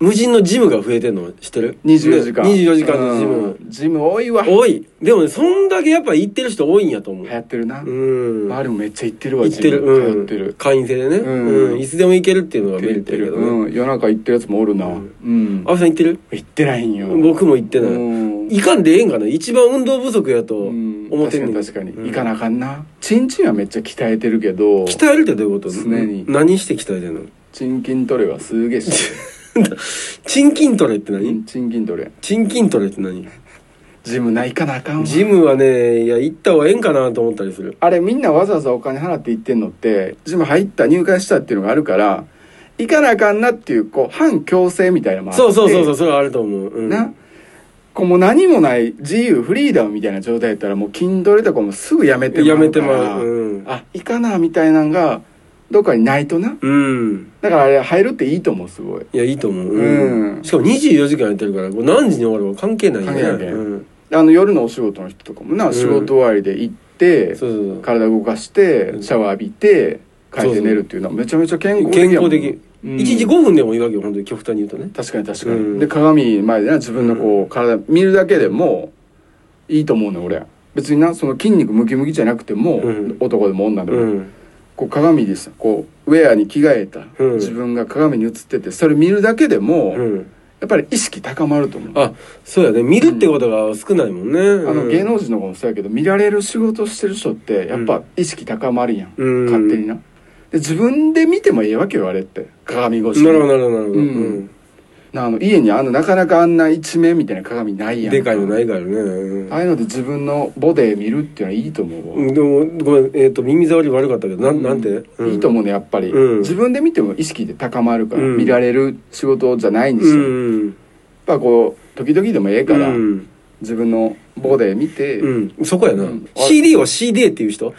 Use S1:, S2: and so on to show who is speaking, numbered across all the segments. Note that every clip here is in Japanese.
S1: 無人のジムが増えてんの知ってる
S2: 24時間、
S1: ね24時間のジム、
S2: うんジム多いわ流
S1: 多いでもねそんだけやっぱ行ってる人多いんやと思う
S2: 行ってるな、
S1: うん
S2: あ
S1: 行
S2: れもめっちゃ行ってるわ
S1: ってる
S2: ジム通
S1: う
S2: ってる
S1: ん会員制でね
S2: うん
S1: うんいつでも行けるっていうの
S2: 行
S1: が
S2: っ
S1: メ
S2: て
S1: リ
S2: る
S1: ッ
S2: 行っ
S1: トやけ
S2: てる、
S1: どね
S2: うん、夜中行ってるやつもおるなう
S1: うん
S2: ん、
S1: 阿部さん行ってる
S2: 行ってないんよ
S1: 僕も行ってない
S2: うん
S1: いかんでええんかな一番運動不足やと
S2: うん
S1: 思ってんねん
S2: 確かに確か
S1: うん
S2: に行かなあかんなチンチンはめっちゃ鍛えてるけど
S1: 鍛えるってどういうこと
S2: 常に
S1: 何して鍛えてんの
S2: チン筋トレはすげえし
S1: チン筋トレって 何
S2: チン筋トレ
S1: チン筋トレって何
S2: ジムないかなあかんわ
S1: ジムはねいや行った方がええんかなと思ったりする
S2: あれみんなわざわざお金払って行ってんのってジム入った入会したっていうのがあるから行かなあかんなっていうこう反強制みたいなのもあって
S1: そうそうそうそうそれはあると思ううん
S2: なこうもう何もない自由フリーダムみたいな状態やったらもう筋トレとかもすぐやめてもら
S1: や
S2: うから
S1: めてもらううん
S2: あ行かなみたいなんがどっかにないとな
S1: うん
S2: だからあれ入るっていいと思うすごい
S1: いやいいと思う
S2: うん
S1: しかも24時間やってるからこう何時に終わるか関係ないよね
S2: 関係ない
S1: うん
S2: あの夜のお仕事の人とかもな、
S1: うん
S2: 仕事終わりで行って
S1: そうそうそう
S2: 体動かして
S1: うん
S2: シャワー浴びて帰って寝るっていうのはめちゃめちゃ健康的やも
S1: 健康
S2: ん
S1: 的
S2: うん
S1: 1日5分でもいいわけよ本当に極端に言うとね
S2: 確かに確かに、
S1: うん
S2: で鏡前でな自分のこう体見るだけでもいいと思うね俺別になその筋肉ムキムキじゃなくても、
S1: うん
S2: 男でも女でも、
S1: うん
S2: こう鏡でさこうウェアに着替えた、
S1: うん
S2: 自分が鏡に映っててそれ見るだけでも、
S1: う
S2: や
S1: ん
S2: っぱり意識高まると思う
S1: あそうやね見るってことが少ないもんね
S2: あの芸
S1: 人
S2: 能人の子もそうやけど見られる仕事してる人ってやっぱ意識高まるやん、
S1: うん
S2: 勝手になで自分で見てもええわけよあれって鏡越しに
S1: なるほどなるほどなるほど
S2: う
S1: うんん
S2: なあの家にあのなかなかあんな一面みたいな鏡ないやん
S1: でかいのないからねうん
S2: ああいうので自分のボディ見るっていうのはいいと思うわ、
S1: うんでもごめんえっと耳障り悪かったけどな
S2: うん
S1: んなんて
S2: いい
S1: 思
S2: と思うねやっぱり、
S1: うん
S2: 自分で見ても意識って高まるから、
S1: うん
S2: 見られる仕事じゃないにし
S1: う
S2: て
S1: ん
S2: も、やっぱこう時々でもええから、
S1: うん
S2: 自分のボディ見て、
S1: うんそこやな
S2: うんあ
S1: CD は CD っていう人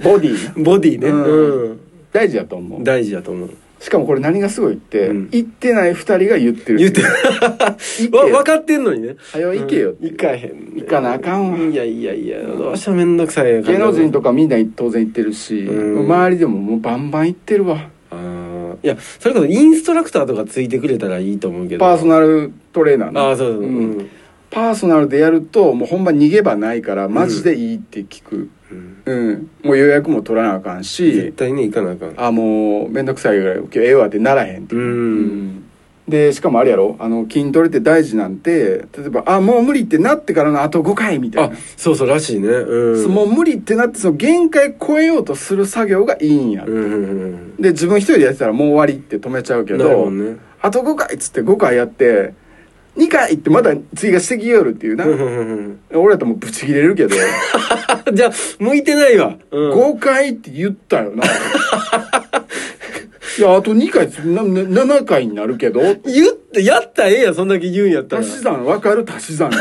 S2: ボディ
S1: ボディね
S2: う
S1: うん
S2: 大事やと思う
S1: 大事だと思う
S2: しかもこれ何がすごいって、
S1: うん
S2: 行ってない二人が言ってる
S1: 言って
S2: 行
S1: わ
S2: けよ
S1: 分かってんのにね
S2: 早い行けよっていう
S1: 行かへんね
S2: 行かなあかんわ
S1: いやいやいやどうしたらめんどくさい感じ
S2: 芸能人とかみんな当然行ってるし、
S1: うん
S2: 周りでももうバンバン行ってるわ
S1: あーいやそれこそインストラクターとかついてくれたらいいと思うけど
S2: パーソナルトレーナーね
S1: ああそうそう
S2: う
S1: うんん
S2: パーソナルでやるともうほんま逃げ場ないからマジでいいって聞く、
S1: うん
S2: うんもう予約も取らなあかん
S1: 絶
S2: し
S1: 対ね行かなあかん
S2: あもう面倒くさいぐらい今日ええわってならへんって
S1: う
S2: うんでしかもあれやろあの筋トレって大事なんて例えばあもう無理ってなってからのあと5回みたい
S1: あ
S2: な、
S1: そうそうらしいねう
S2: そ
S1: ん
S2: うもう無理ってなってその限界超えようとする作業がいいんや、
S1: うんうん
S2: で自分一人でやってたらもう終わりって止めちゃう
S1: う
S2: け
S1: んなるほ
S2: ど
S1: どね
S2: あと5回っつって5回やって2回ってまた次がしてきよるっていうな、
S1: うんうんうん
S2: 俺だったらもうブチ切れるけど
S1: うん じゃあ向いてないわうん
S2: 5回って言ったよな いやあと2回なな7回になるけど
S1: 言ってやったらええやんそんだけ言うんやったら
S2: 足し算分かる足し算っ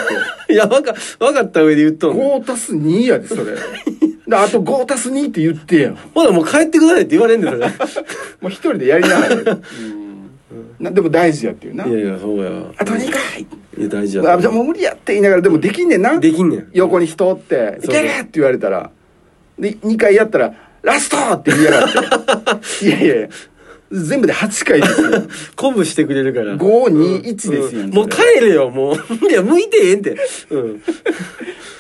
S2: て
S1: いや分か分かった上で言っとんの
S2: 5足す2やでそれであと5足す2って言ってや
S1: ほらもう帰ってくださいって言われん だよね
S2: もう一人でやりながら やなでも大事やっていうない
S1: やいやそうや
S2: あと2回
S1: いや大事や
S2: あじゃあもう無理やって言いながらでもできんね んな
S1: できんねん
S2: 横に人おって「い
S1: そう
S2: け!」
S1: そう
S2: って言われたらで2回やったら「ラスト!」って言いやがって いやいやいや全部で8回ですよ
S1: 鼓舞してくれるから
S2: 521ですよ、
S1: うんもう帰れよもう いや向いてへんって、う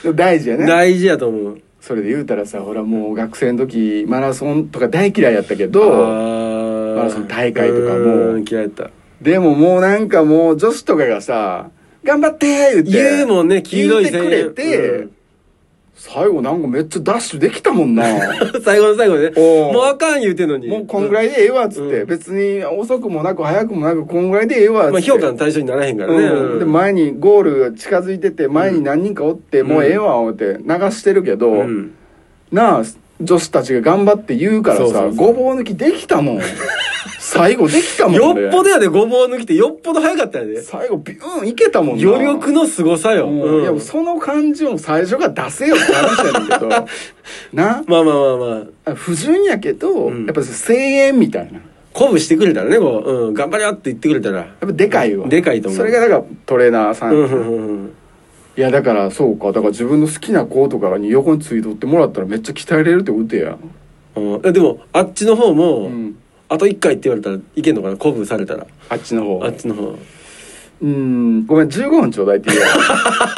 S2: それ大事や
S1: ん、
S2: ね
S1: 大事やと思う
S2: それで言うたらさほらもう学生の時マラソンとか大嫌いやったけどマ
S1: マ
S2: ラソン大会とかも
S1: 嫌いやった
S2: でももうなんかもう女子とかがさ「頑張って!」言って
S1: 言うもんね黄色い
S2: 言ってくれて、
S1: うん
S2: 最後なんかめっちゃダッシュできたもん な
S1: 最後の最後でね
S2: おう
S1: もうあかん言うてんのに
S2: もうこんぐらいでええわっつって、
S1: うん
S2: 別に遅くもなく早くもなくこんぐらいでええわっつって、
S1: まあ、評価の対象にならへんからね、
S2: うん、で前にゴールが近づいてて前に何人かおって、
S1: うん
S2: もうええわ思って流してるけど、
S1: うん
S2: なあ女子たちが頑張って言うからさ
S1: そうそうそう
S2: ごぼう抜きでき たもん最後できたもん
S1: よ
S2: 俺
S1: っぽどやでごぼう抜きってよっぽど早かったやで
S2: 最後ビューンいけたもんな
S1: 余力の凄さよ、
S2: うん
S1: うん
S2: いやもうその感じを最初から出せよって話やねんけど な
S1: まあまあまあまあ
S2: あ不純やけど、
S1: うん
S2: やっぱ声援みたいなや
S1: 鼓舞してくれたらねこう、うん、頑張れよって言ってくれたら
S2: っぱでかいわ
S1: でかいと思う
S2: それがだからトレーナーさん、
S1: うんうん
S2: い
S1: うんうん
S2: やだからそうかだから自分の好きな子とかに横についとってもらったらめっちゃ鍛えれるってことや
S1: うんでもあっちの方も、
S2: うん
S1: あと1回って言われたらいけんのかな鼓舞されたら
S2: あっちの方
S1: あっちの方
S2: うーんごめん15分ちょうだいって言うわ